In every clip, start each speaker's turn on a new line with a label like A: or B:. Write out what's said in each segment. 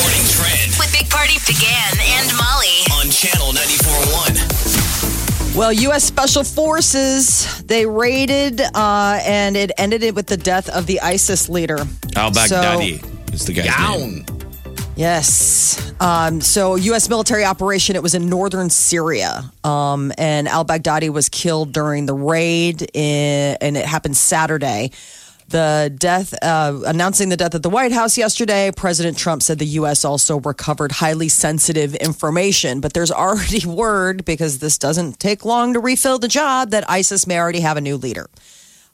A: morning trend
B: With Big Party began and Molly.
A: on channel 94.1.
C: Well, U.S. Special Forces they raided, uh, and it ended it with the death of the ISIS leader.
D: Al Baghdadi
C: So-
D: is the guy's name.
C: Yes. Um, so, U.S. military operation. It was in northern Syria, um, and Al Baghdadi was killed during the raid, in, and it happened Saturday. The death, uh, announcing the death at the White House yesterday, President Trump said the U.S. also recovered highly sensitive information. But there's already word, because this doesn't take long to refill the job, that ISIS may already have a new leader.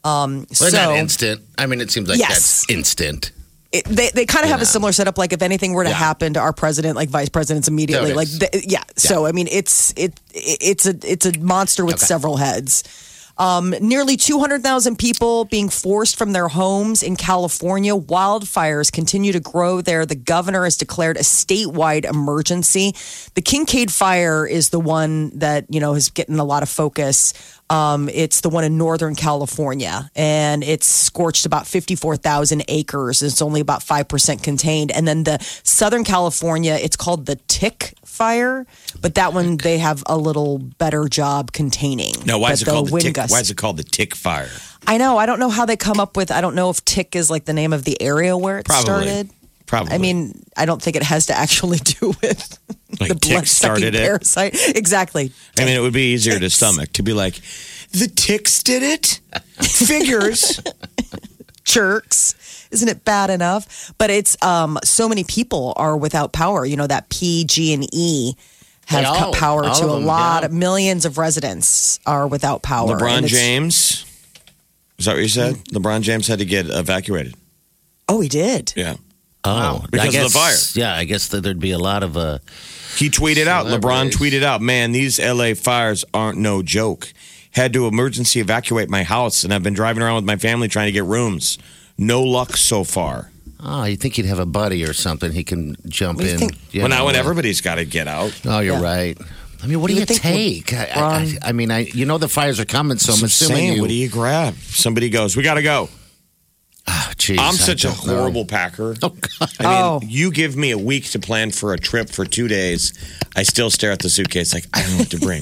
C: Um,
E: But
C: so,
E: not instant. I mean, it seems like
C: Yes.
E: that's instant.
C: it, they, they kind of have a similar setup. Like if anything were to happen to our president, like vice presidents immediately,
E: There
C: like
E: it is.
C: the, yeah. So I mean, it's it it's a it's a monster with several heads. Um, nearly 200,000 people being forced from their homes in California. Wildfires continue to grow there. The governor has declared a statewide emergency. The Kincaid fire is the one that, you know, is getting a lot of focus. Um, it's the one in Northern California, and it's scorched about 54,000 acres. It's only about 5% contained. And then the Southern California, it's called the Tick fire, but that one they have a little better job containing.
D: No, why
C: But
D: is it called the
C: wind
D: tick?
C: gusts-
D: Why is it called the tick fire?
C: I know. I don't know how they come up with. I don't know if tick is like the name of the area where it
D: Probably.
C: started.
D: Probably.
C: I mean, I don't think it has to actually do with
D: Like
C: the
D: tick
C: blood-sucking
D: started it?
C: parasite. Exactly.
D: I mean, it would be easier to stomach to be like, the ticks did it. Figures.
C: Jerks. Isn't it bad enough? But it's um so many people are without power. You know that P, G, and E have
E: They all-
C: cut power
E: all
C: to
E: of
C: a
E: them,
C: lot
E: yeah.
C: of millions of residents are without power.
D: LeBron
C: And it's- Mm.
D: James. Is that what you said? LeBron James had to get evacuated.
C: Oh, he did.
D: Yeah.
E: Oh,
D: Because of the fire.
E: Yeah, I guess that there'd be a lot of uh,
D: He tweeted out, LeBron
E: Celebrities.
D: tweeted out, man, these LA fires aren't no joke. Had to emergency evacuate my house, and I've been driving around with my family trying to get rooms. No luck so far.
E: oh, you think he'd have a buddy or something he can jump
C: What do you
E: in.
C: think-
E: you
D: well, now
E: know,
D: when
E: uh,
D: everybody's got to get out,
E: Oh, you're
C: Yeah.
E: right. I mean, what do
C: You
E: you,
C: would think
E: take? I, I, I- I mean, I you know the fires are coming, so
D: That's
E: I'm
D: what
E: assuming
D: saying,
E: you.
D: what do you grab? Somebody goes, we got to go.
E: Oh, geez,
D: I'm
E: I
D: such a
E: don't know.
D: horrible packer.
E: Oh, God.
D: I mean,
C: Oh.
D: you give me a week to plan for a trip for two days. I still stare at the suitcase like, I don't know what to bring.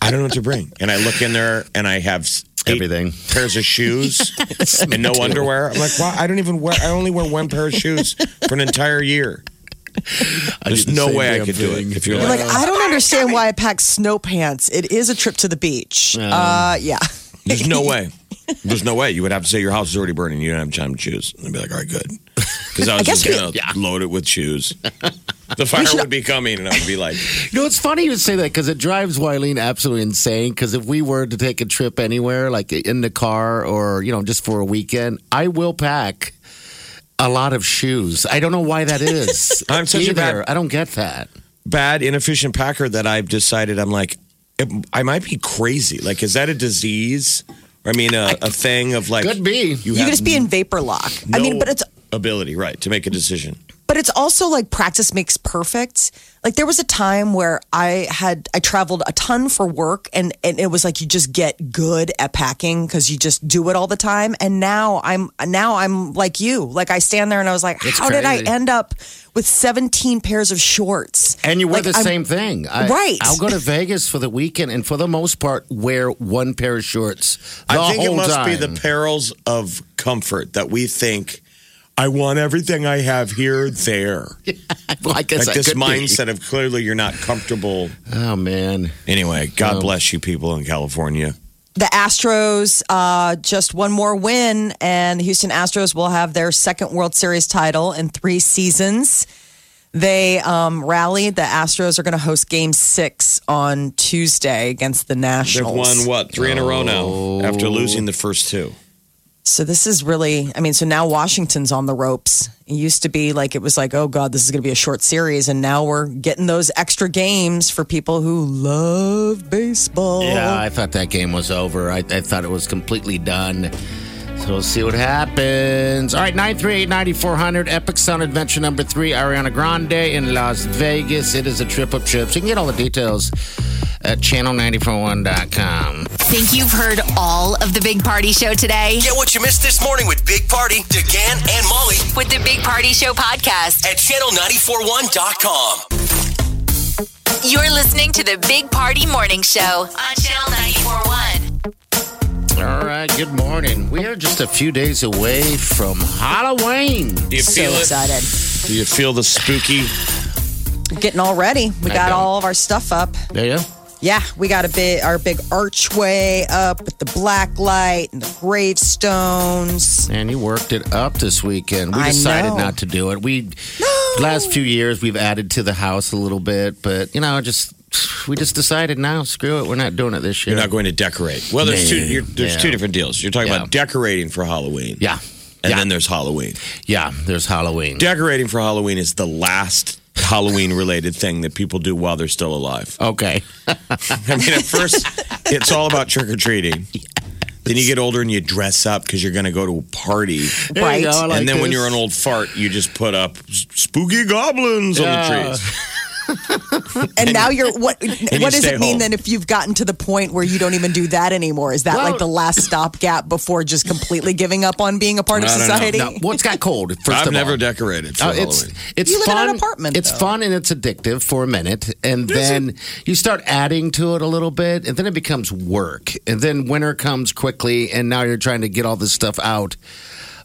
D: I don't know what to bring. And I look in there and I have eight
E: Everything.
D: pairs of shoes and no underwear. I'm like, wow, I don't even wear, I only wear one pair of shoes for an entire year. There's
E: did the
D: no
E: same
D: way I
E: damn
D: could do
E: thing.
D: it. If you're
C: You're
D: like,
C: like, I
E: Uh,
C: don't understand why I pack snow pants. It is a trip to the beach. Uh, yeah.
D: there's no way. There's no way. You would have to say your house is already burning. You don't have time to choose. And I'd be like, all right, good. Because I was
C: guess
D: just
C: we-
D: going to load it with shoes. The fire would be coming and I would be like,
E: You know, it's funny you say that because it drives Wileen absolutely insane. Because if we were to take a trip anywhere, like in the car or, you know, just for a weekend, I will pack a lot of shoes. I don't know why that is.
D: I'm such a
E: either.
D: bad-
E: I don't get that.
D: bad, inefficient packer that I've decided I'm like, it- I might be crazy. Like, is that a disease? I mean, a, a thing of like,
E: Could be.
C: You
D: You, have
C: could just be in vapor lock. I
D: no
C: mean, but it's
D: ability, right, to make a decision.
C: but it's also like practice makes perfect. Like there was a time where I had I traveled a ton for work and and it was like you just get good at packing cuz you just do it all the time and now I'm now I'm like you. Like I stand there and I was like
E: It's
C: how did I
E: crazy.
C: end up with 17 pairs of shorts?
E: And you wear
C: Like,
E: the
C: I'm-
E: same thing. I,
C: Right.
E: I'll go to Vegas for the weekend and for the most part wear one pair of shorts. The
D: I think
E: whole
D: it must
E: time.
D: be the perils of comfort that we think. I want everything I have here, there.
E: Well, I guess
D: Like
E: I
D: this
E: could be.
D: mindset of clearly you're not comfortable.
E: Oh, man.
D: Anyway, God
E: Um,
D: bless you people in California.
C: the Astros uh, just one more win, and the Houston Astros will have their second World Series title in three seasons. They um, rallied. The Astros are going to host Game Six on Tuesday against the
D: They've
C: Nationals.
D: won, what, three in a row now after losing the first two.
C: So this is really, I mean, so now Washington's on the ropes. It used to be like it was like, oh God, this is going to be a short series, and now we're getting those extra games for people who love baseball.
E: Yeah, I thought that game was over. I, I thought it was completely done. So we'll see what happens. All right, 938 9400, Epic Sound Adventure number three, Ariana Grande in Las Vegas. It is a trip of trips. You can get all the details at channel941.com.
B: Think you've heard all of the Big Party Show today?
A: Get what you missed this morning with Big Party, DeGan, and Molly
B: With the Big Party Show podcast,
A: at channel941.com.
B: you're listening to the Big Party Morning Show on Channel 941.
E: All right, good morning. We are just a few days away from Halloween.
D: Do you
C: So
D: feel it?
C: excited.
D: Do you feel the spooky?
C: We're getting all ready. We
E: I
C: got
E: don't.
C: all of our stuff up.
E: There you go.
C: Yeah, we got a bit our big archway up with the black light and the gravestones.
E: And you worked it up this weekend. We
C: I
E: decided
C: know.
E: not to do it. We last few years we've added to the house a little bit, but you know, just we just decided now, screw it, we're not doing it this year.
D: You're not going to decorate. Well, there's two.
E: Yeah.
D: You're, there's
E: Yeah.
D: two different deals. You're talking
E: Yeah.
D: about decorating for Halloween.
E: yeah.
D: And
E: yeah.
D: then there's Halloween.
E: yeah, there's Halloween.
D: Decorating for Halloween is the last Halloween related thing that people do while they're still alive.
E: okay.
D: I mean, at first, it's all about trick or treating. Then you get older and you dress up because you're going to go to a party.
E: There you go, I like
D: and then when
E: this.
D: you're an old fart, you just put up s- spooky goblins on
E: Yeah.
D: the trees.
C: And now you're what what does
D: stay
C: it mean
D: home.
C: then if you've gotten to the point where you don't even do that anymore? Is that
E: Well-
C: like the last stopgap before just completely giving up on being a part of
D: I don't know.
C: society?
E: Now, what's got cold? First
D: I've
E: of
D: never
E: all.
D: decorated for
E: Uh,
D: Halloween.
E: it's it's
C: You live in
E: fun.
C: an apartment,
E: It's
C: though.
E: fun and it's addictive for a minute, and then you start adding to it a little bit, and then it becomes work. And then winter comes quickly, and now you're trying to get all this stuff out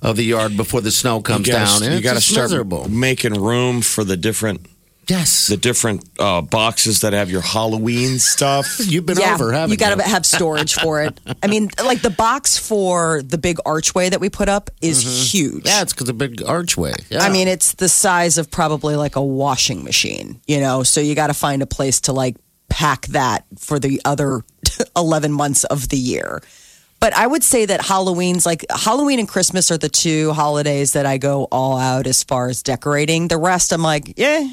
E: of the yard before the snow comes
D: you gotta,
E: down. and
D: you
E: it's
D: gotta
E: just
D: start
E: miserable.
D: making room for the different
E: Yes,
D: the different uh, boxes that have your Halloween stuff.
E: you've been over, haven't
C: you
E: you?
C: got to have storage for it. I mean, like the box for the big archway that we put up is huge.
E: yeah, it's because a big archway. Yeah.
C: I mean, it's the size of probably like a washing machine, you know? So you got to find a place to like pack that for the other 11 months of the year. But I would say that Halloween's like Halloween and Christmas are the two holidays that I go all out as far as decorating. The rest, I'm like, yeah,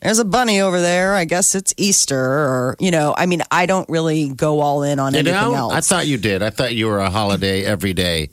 C: there's a bunny over there. I guess it's Easter or, you know, I mean, I don't really go all in on
E: you
C: anything
E: know,
C: else.
E: I thought you did. I thought you were a holiday every day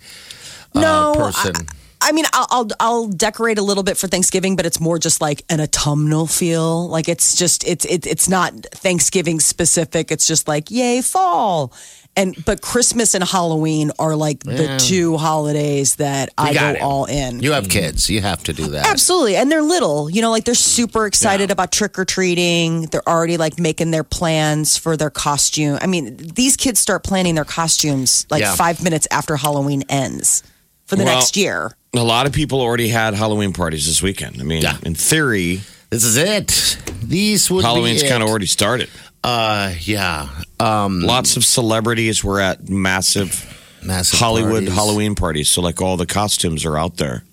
E: uh,
C: No,
E: person.
C: I mean, I'll, I'll I'll decorate a little bit for Thanksgiving, but it's more just like an autumnal feel. Like it's just it's it's it's not Thanksgiving specific. It's just like yay fall, and but Christmas and Halloween are like the two holidays that I go
E: got it.
C: all in.
E: you have kids. You have to do that.
C: Absolutely. And they're little, you know, like they're super excited about trick or treating. They're already like making their plans for their costume. I mean, these kids start planning their costumes like
E: Yeah.
C: five minutes after Halloween ends for the
D: Well,
C: next year.
D: A lot of people already had Halloween parties this weekend. I mean,
E: Yeah.
D: in theory,
E: This is it. These would
D: Halloween's
E: be it.
D: kind of already started.
E: Uh, yeah. Um,
D: Lots of celebrities were at massive
E: massive
D: Hollywood
E: parties.
D: Halloween parties, so like all the costumes are out there.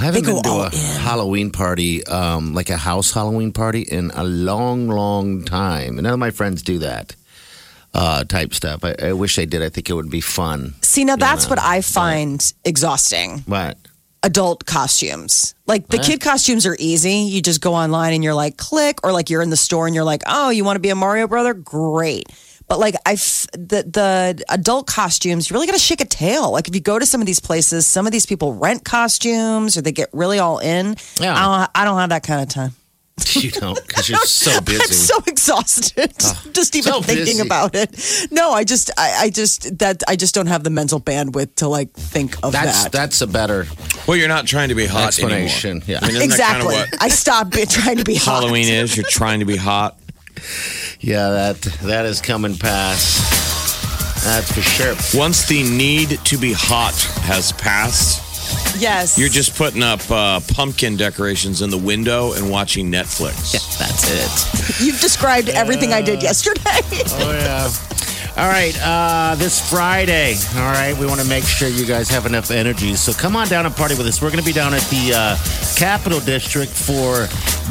E: I haven't
C: They
E: been
C: go
E: to
C: all
E: a
C: in.
E: Halloween party, um, like a house Halloween party, in a long, long time. And none of my friends do that uh, type stuff. I, I wish they did. I think it would be fun.
C: See, now that's what I find exhausting.
E: But
C: Adult costumes. Like the kid costumes are easy. You just go online and you're like, click, or like you're in the store and you're like, oh, you want to be a Mario brother? Great. But like I, f- the the adult costumes, you really got to shake a tail. Like if you go to some of these places, some of these people rent costumes or they get really all in.
E: Yeah.
C: I don't, I don't have that kind of time.
E: you don't, because you're so busy. Ah.
C: I'm so exhausted just even
E: so
C: thinking
E: busy.
C: about it. No, I just I, I just that I just don't have the mental bandwidth to like think of
E: that's
C: that.
E: that's a better
D: Well, you're not trying to be hot
E: explanation.
D: anymore.
E: Yeah.
D: I mean, isn't
C: exactly.
D: that kind of
C: I stopped be- trying to be
D: what Halloween
C: hot.
D: is? You're trying to be hot.
E: yeah, that that is coming past. That's for sure.
D: Once the need to be hot has passed,
C: Yes,
D: you're just putting up uh, pumpkin decorations in the window and watching Netflix.
E: That's it.
D: Uh.
C: you've described everything I did yesterday.
E: Oh yeah. All right, uh, this Friday. All right, we want to make sure you guys have enough energy. So come on down and party with us. We're going to be down at the uh, Capital District for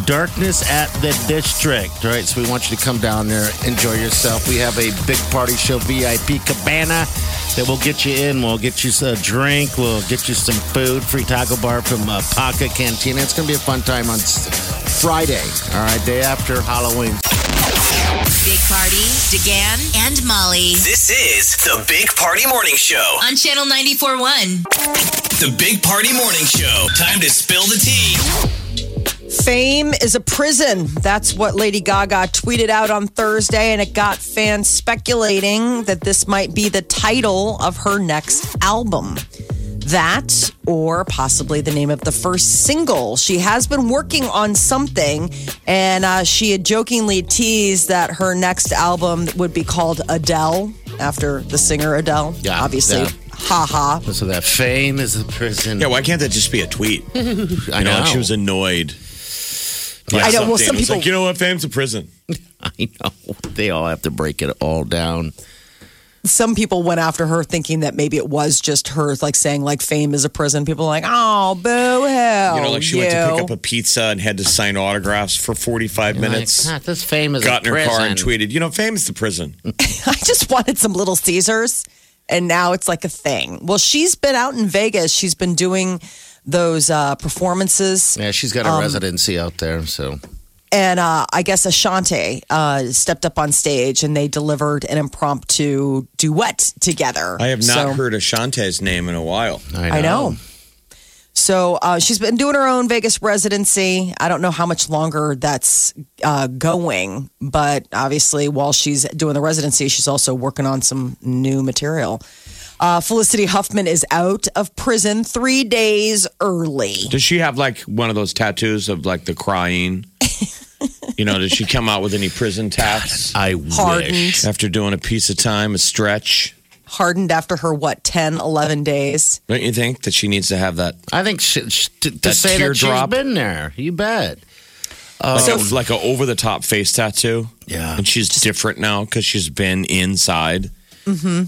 E: Darkness at the District. All right, so we want you to come down there, enjoy yourself. We have a big party show VIP cabana that will get you in. We'll get you a drink. We'll get you some food. Free taco bar from uh, Paca Cantina. It's going to be a fun time on s- Friday. All right, day after Halloween.
B: Big Party, DeGan, and Molly
A: This is the Big Party Morning Show.
B: on Channel 94.1.
A: The Big Party Morning Show. Time to spill the tea.
C: Fame is a prison. That's what Lady Gaga tweeted out on Thursday, and it got fans speculating that this might be the title of her next album. That, or possibly the name of the first single. She has been working on something, and uh, she had jokingly teased that her next album would be called Adele, after the singer Adele.
E: Yeah,
C: obviously.
E: yeah.
C: Ha ha.
E: So that fame is the prison.
D: Yeah, why can't that just be a tweet? You
E: I
D: know, like she was annoyed.
E: I
C: know, well, some
D: something. It was
C: people-
D: like, you know what, fame's a prison.
E: I know. They all have to break it all down.
C: some people went after her thinking that maybe it was just her like saying like fame is a prison. People are like, oh boo hoo.
D: You know, like she went to
C: Oh,
D: pick up a pizza and had to sign autographs for 45 minutes.
E: Like, God, this fame is
D: got
E: a
D: in her car and
E: prison.
D: tweeted, you know, fame's the prison.
C: I just wanted some little Caesars, and now it's like a thing. Well, she's been out in Vegas. She's been doing those uh, performances.
E: Yeah, she's got a
C: Um,
E: residency out there, so
C: and uh, I guess Ashante uh, stepped up on stage and they delivered an impromptu duet together.
D: I have not
C: So-
D: heard Ashante's name in a while.
E: I know.
C: I know. So uh, she's been doing her own Vegas residency. I don't know how much longer that's uh, going, but obviously, while she's doing the residency, she's also working on some new material. Uh, Felicity Huffman is out of prison three days early.
D: Does she have like one of those tattoos of like the crying? you know, did she come out with any prison tats
E: I
C: Hardened,
E: wish.
D: after doing a piece of time, a stretch?
C: hardened after her, what, 10, 11 days?
D: Don't you think that she needs to have that?
E: I think she, she, to, to
D: That
E: say that she's
D: teardrop.
E: been there, you bet.
D: Like, a, like a over the top face tattoo?
E: Yeah.
D: And she's different now because she's been inside.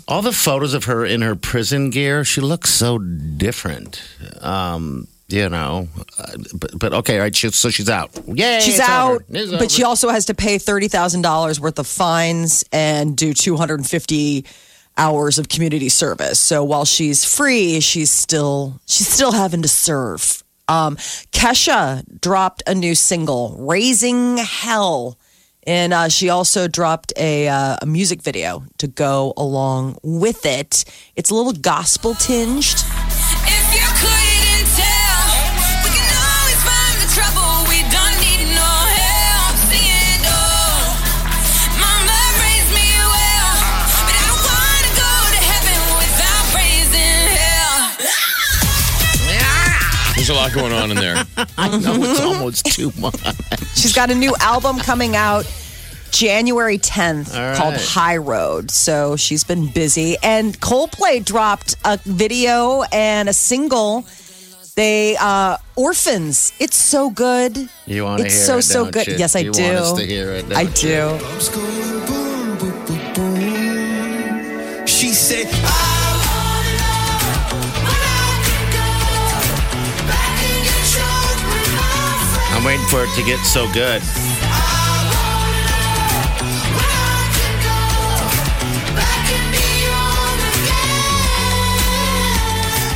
E: All the photos of her in her prison gear, she looks so different. Um, you know, uh, but, but okay, all right. She, so she's out. Yay!
C: She's
E: it's
C: out,
E: over. It's
C: but she
E: over.
C: also has to pay thirty thousand dollars worth of fines and do two hundred and fifty hours of community service. So while she's free, she's still she's still having to serve. Um, Kesha dropped a new single, "Raising Hell," and uh, she also dropped a, uh, a music video to go along with it. It's a little gospel tinged.
F: If you couldn't tell, we can always find the trouble. We don't need no help. Seeing it all. Mama raised me well, but I don't wanna go to heaven without raising hell.
D: There's a lot going on in there.
E: I know it's almost too much.
C: She's got a new album coming out January 10th
E: All
C: called
E: right.
C: High Road. So she's been busy. And Coldplay dropped a video and a single. They uh Orphans. It's so good.
E: You want to
C: It's
E: hear
C: so,
E: it,
C: so
E: don't
C: good.
E: you?
C: Yes, I
E: you
C: do.
E: Want us to hear it,
C: I
E: don't you?
C: do.
G: It's going boom, boom, boom, boom. She said,
E: I'm waiting for it to get so good.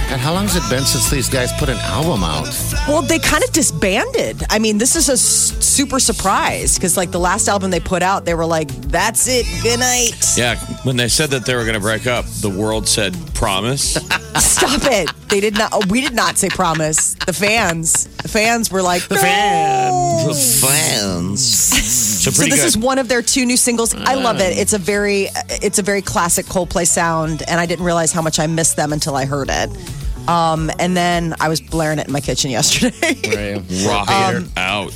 E: And how long's it been since these guys put an album out?
C: Well, they kind of disbanded. I mean, this is a s- super surprise because, like, the last album they put out, they were like, that's it. Good night.
D: Yeah, when they said that they were going to break up, the world said promise.
C: Stop it. They did not, we did not say promise. The fans, the fans were like, the
D: The fans. So
C: So
D: pretty
C: this
D: good.
C: is one of their two new singles. I love it. It's a very it's a very classic Coldplay sound, and I didn't realize how much I missed them until I heard it. Um, and then I was blaring it in my kitchen yesterday.
E: Oh,
D: Rock
C: um,
D: it out.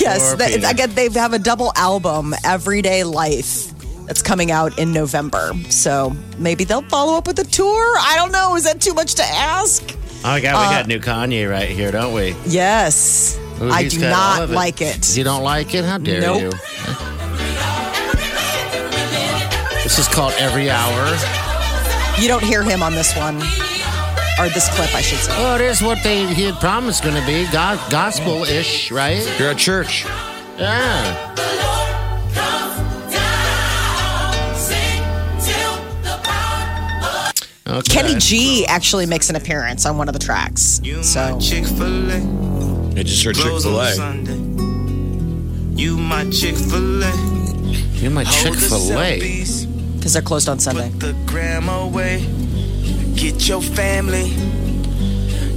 C: yes,
E: Poor
C: that-
E: Peter.
C: I get they have a double album, Everyday Life, that's coming out in November. So maybe they'll follow up with a tour. I don't know. Is that too much to ask?
E: Oh my God, we got new Kanye right here, don't we?
C: Yes,
E: Ooh,
C: I
E: he's
C: do
E: got all
C: not
E: of it.
C: like it.
E: You don't like it? How dare
C: Nope.
E: you? This is called Every Hour.
C: You don't hear him on this one, or this clip, I should say.
E: Well, Oh, it is what they he had promised going to be go- gospel ish, right?
D: You're at church.
E: Yeah. Okay.
C: Kenny G actually makes an appearance on one of the tracks. So
H: Chick fil A.
D: I just heard Chick Fil A.
H: Sunday. You my Chick fil A.
E: You're my Chick Fil A.
C: because they're closed on Sunday.
H: Put the gram away. Get your family.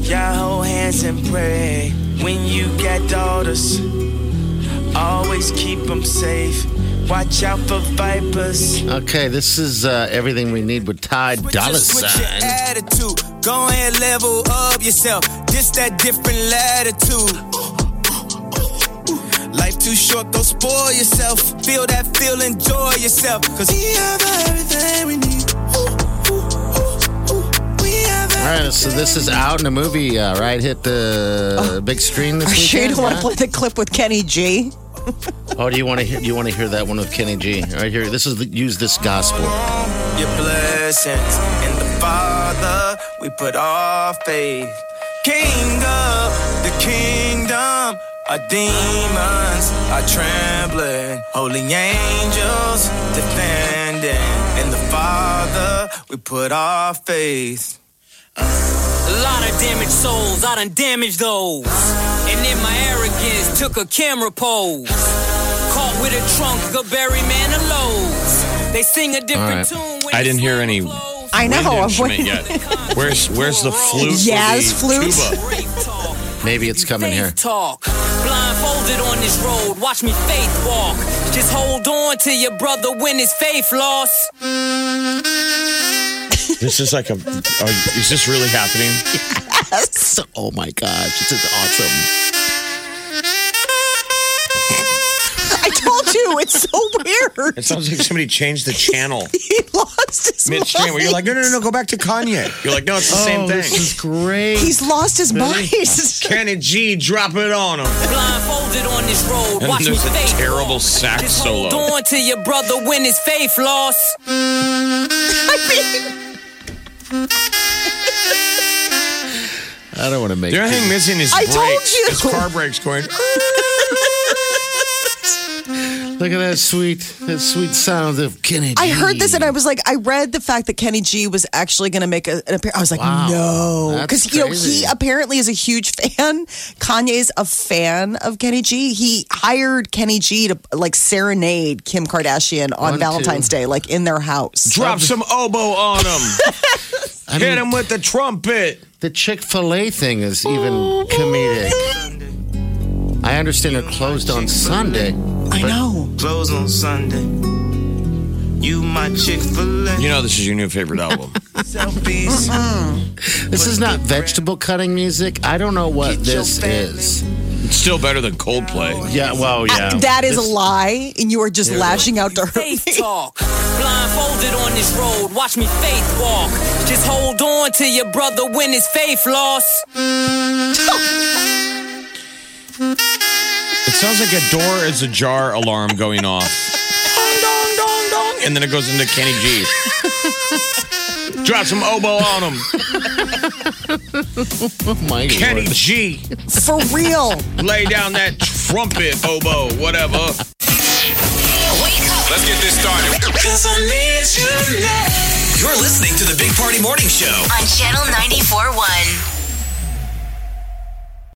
H: Y'all hold hands and pray. When you got daughters, always keep them safe. Watch out for vipers.
E: Okay, this is uh, everything we need with Ty Dolla
H: Switch your
E: Sign.
H: attitude. Go ahead, level up yourself. Just that different latitude. Life too short, go spoil yourself. Feel that feel, enjoy yourself. Cause we have everything we need. Ooh, ooh, ooh, ooh. We have
E: All right, so this is out in the movie, uh, right? Hit the big screen this
C: Are you sure you
E: weekend.
C: don't want to
E: huh?
C: play the clip with Kenny G?
E: Oh, do you want to hear? Do you want to hear that one with Kenny G? Right here. This is the, use this gospel.
H: your blessings in the Father. We put our faith. King of the kingdom, our demons are trembling. Holy angels defending. In the Father, we put our faith.
I: A lot of damaged souls, I done damaged those. And in my arrogance, took a camera pose. Caught with a trunk, a berry man of Lowe's. They sing a different
E: All
I: tune. When
D: I didn't hear any
C: I know.
D: wind
C: I'm
D: instrument
C: waiting.
D: yet. Where's Where's the flute? or
C: Yes,
D: the
C: flute.
D: tuba?
E: Maybe it's coming
I: faith
E: here.
I: Talk. Blindfolded on this road, watch me faith walk. Just hold on to your brother when his faith lost.
D: This is like a. Are, is this really happening?
E: Oh my gosh, this is awesome.
C: I told you it's so weird.
D: It sounds like somebody changed the channel
C: He lost his
D: midstream. Where
C: mind.
D: you're like, no, no, no, no, go back to Kanye. You're like, no, it's the same thing.
E: This is great.
C: Oh, He's lost his mind.
D: Kenny G, drop it on him.
I: Blindfolded on this road,
D: And
I: watch me
D: there's a
I: faith
D: terrible
I: walk.
D: sax
I: Just hold
D: solo.
I: on to your brother when his faith lost.
E: I don't want to make.
D: The only thing
E: this-
D: missing is
C: I
D: brakes.
C: told you.
D: His car brakes going.
E: Look at that sweet, that sweet sound of Kenny. G.
C: I heard this and I was like, I read the fact that Kenny G was actually going to make a, an appearance. I was like,
E: Wow.
C: no,
E: That's
C: because you know
E: crazy.
C: he apparently is a huge fan. Kanye's a fan of Kenny G. He hired Kenny G to like serenade Kim Kardashian on
E: One,
C: Valentine's Day, like in their house.
D: Drop some oboe on him.
E: I
D: Hit
E: mean,
D: him with the trumpet.
E: The Chick Fil A thing is even comedic. I understand they're closed on Sunday.
C: I know.
H: Close on Sunday. You my Chick fil A.
D: You know this is your new favorite album.
H: Selfies.
E: This is not vegetable cutting music. I don't know what this is.
D: It's still better than Coldplay.
E: Yeah, well, yeah.
C: I- Uh, that is a lie, and you are just lashing out to her.
I: faith talk. Blindfolded on this road, watch me faith walk. Just hold on to your brother when his faith lost.
D: It sounds like a door is ajar alarm going off. Dong, dong, dong, dong. And then it goes into Kenny G. Drop some oboe on him.
E: My Lord.
D: Kenny G.
C: For real.
D: Lay down that trumpet, oboe, whatever.
A: Let's get this started. You're listening to the Big Party Morning Show.
B: On Channel 94.1.